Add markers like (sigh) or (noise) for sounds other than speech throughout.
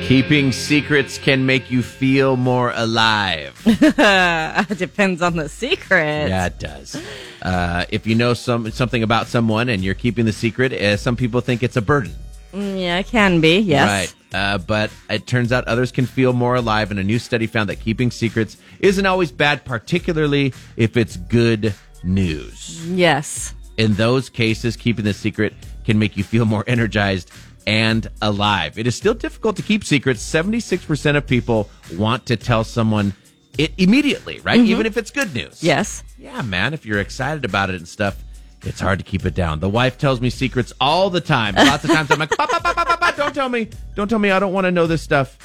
Keeping secrets can make you feel more alive. (laughs) Depends on the secret. Yeah, it does. Uh, if you know some something about someone and you're keeping the secret, uh, some people think it's a burden. Mm, Yeah, it can be. Yes. Right. Uh, but it turns out others can feel more alive, and a new study found that keeping secrets isn't always bad, particularly if it's good news. Yes. In those cases, keeping the secret can make you feel more (laughs) energized and alive. It is still difficult to keep secrets. 76% of people want to tell someone it immediately, right? Even if it's good news. Yes. Yeah, man, if you're excited about it and stuff, it's hard to keep it down. The wife tells me secrets all the time. Lots of times I'm like, "Bah, bah, bah, bah, bah, bah, don't tell me. Don't tell me. I don't want to know this stuff.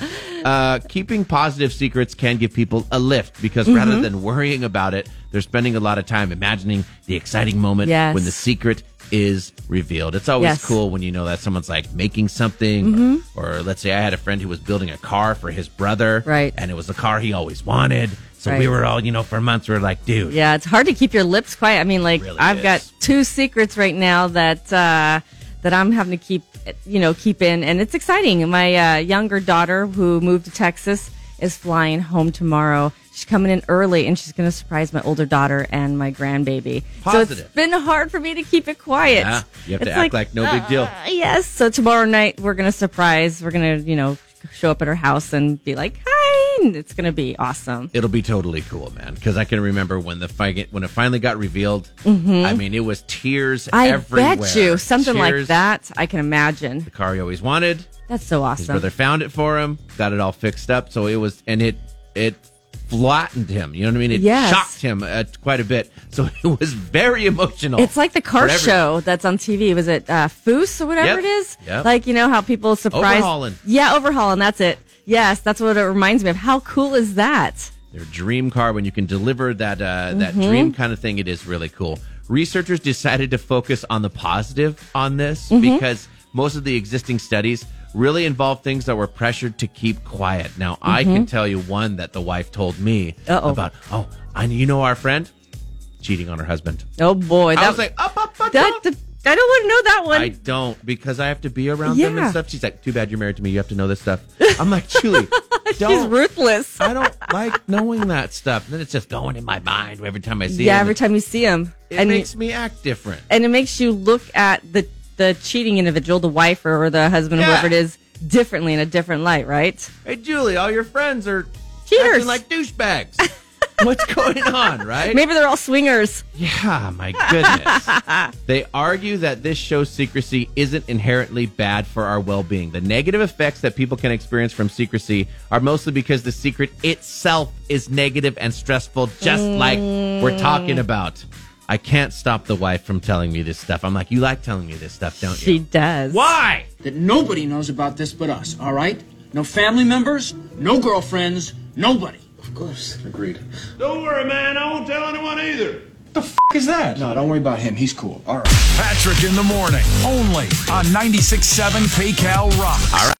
Uh, keeping positive secrets can give people a lift because Mm-hmm. rather than worrying about it, they're spending a lot of time imagining the exciting moment Yes. when the secret is revealed. It's always Yes. Mm-hmm. cool when you know that someone's like making something, or, or let's say I had a friend who was building a car for his brother, Right. And it was the car he always wanted. So we Right. were all, you know, for months we were like, dude, Yeah, it's hard to keep your lips quiet. I mean, like Really I've is. got two secrets right now that uh, that I'm having to keep, you know, keep in, and it's exciting. My uh, younger daughter, who moved to Texas, is flying home tomorrow. She's coming in early, and she's going to surprise my older daughter and my grandbaby. So Positive. it's been hard for me to keep it quiet. Yeah, you have to It's act like no big deal. "Uh, yes. So tomorrow night we're going to surprise. We're going to, you know, show up at her house and be like, "Hi!" And it's going to be awesome. It'll be totally cool, man. Because I can remember when the fi- when it finally got revealed. I mean, it was tears Mm-hmm. I everywhere. bet you something like Tears. that. I can imagine. The car he always wanted. That's so His awesome. brother found it for him. Got it all fixed up. So it was, and it it flattened him. You know what I mean? It Yes. shocked him uh, quite a bit. So (laughs) it was very emotional. It's like the car for everyone. show that's on TV. Was it uh, Foos or whatever Yep. it is? Yep. Like you know how people surprise. Overhauling. Yeah, overhauling. That's it. Yes, that's what it reminds me of. How cool is that? their dream car when you can deliver that uh, that Mm-hmm. dream kind of thing it is really cool researchers decided to focus on the positive on this Mm-hmm. because most of the existing studies really involve things that were pressured to keep quiet now i can tell you one that the wife told me Mm-hmm. Uh-oh. about oh i you know our friend cheating on her husband Oh boy, that i was like up up up that- up. I don't want to know that one. I don't because I have to be around them and Yeah. stuff. She's like, "Too bad you're married to me. You have to know this stuff." I'm like, "Julie, don't." (laughs) She's ruthless. I don't like knowing that stuff. And then it's just going in my mind every time I see yeah, it. every time you see him, it and makes me act different. and it makes you look at the the cheating individual, the wife or, or the husband, Yeah. whoever it is, differently in a different light, right? Hey, Julie, all your friends are Cheaters. acting like douchebags. What's going on, (laughs) right? Maybe they're all swingers. Yeah, my goodness. they argue that this show's secrecy isn't inherently bad for our well being. The negative effects that people can experience from secrecy are mostly because the secret itself is negative and stressful, just like we're talking about. I can't stop the wife from telling me this stuff. I'm like, you like telling me this stuff, don't She you? does. Why? that nobody knows about this but us, all right? No family members, no girlfriends, nobody. Of course. Agreed. Don't worry, man. I won't tell anyone either. Is that? No, don't worry about him. He's cool. All right. Patrick in the morning, only on 96.7 PCAL Rock.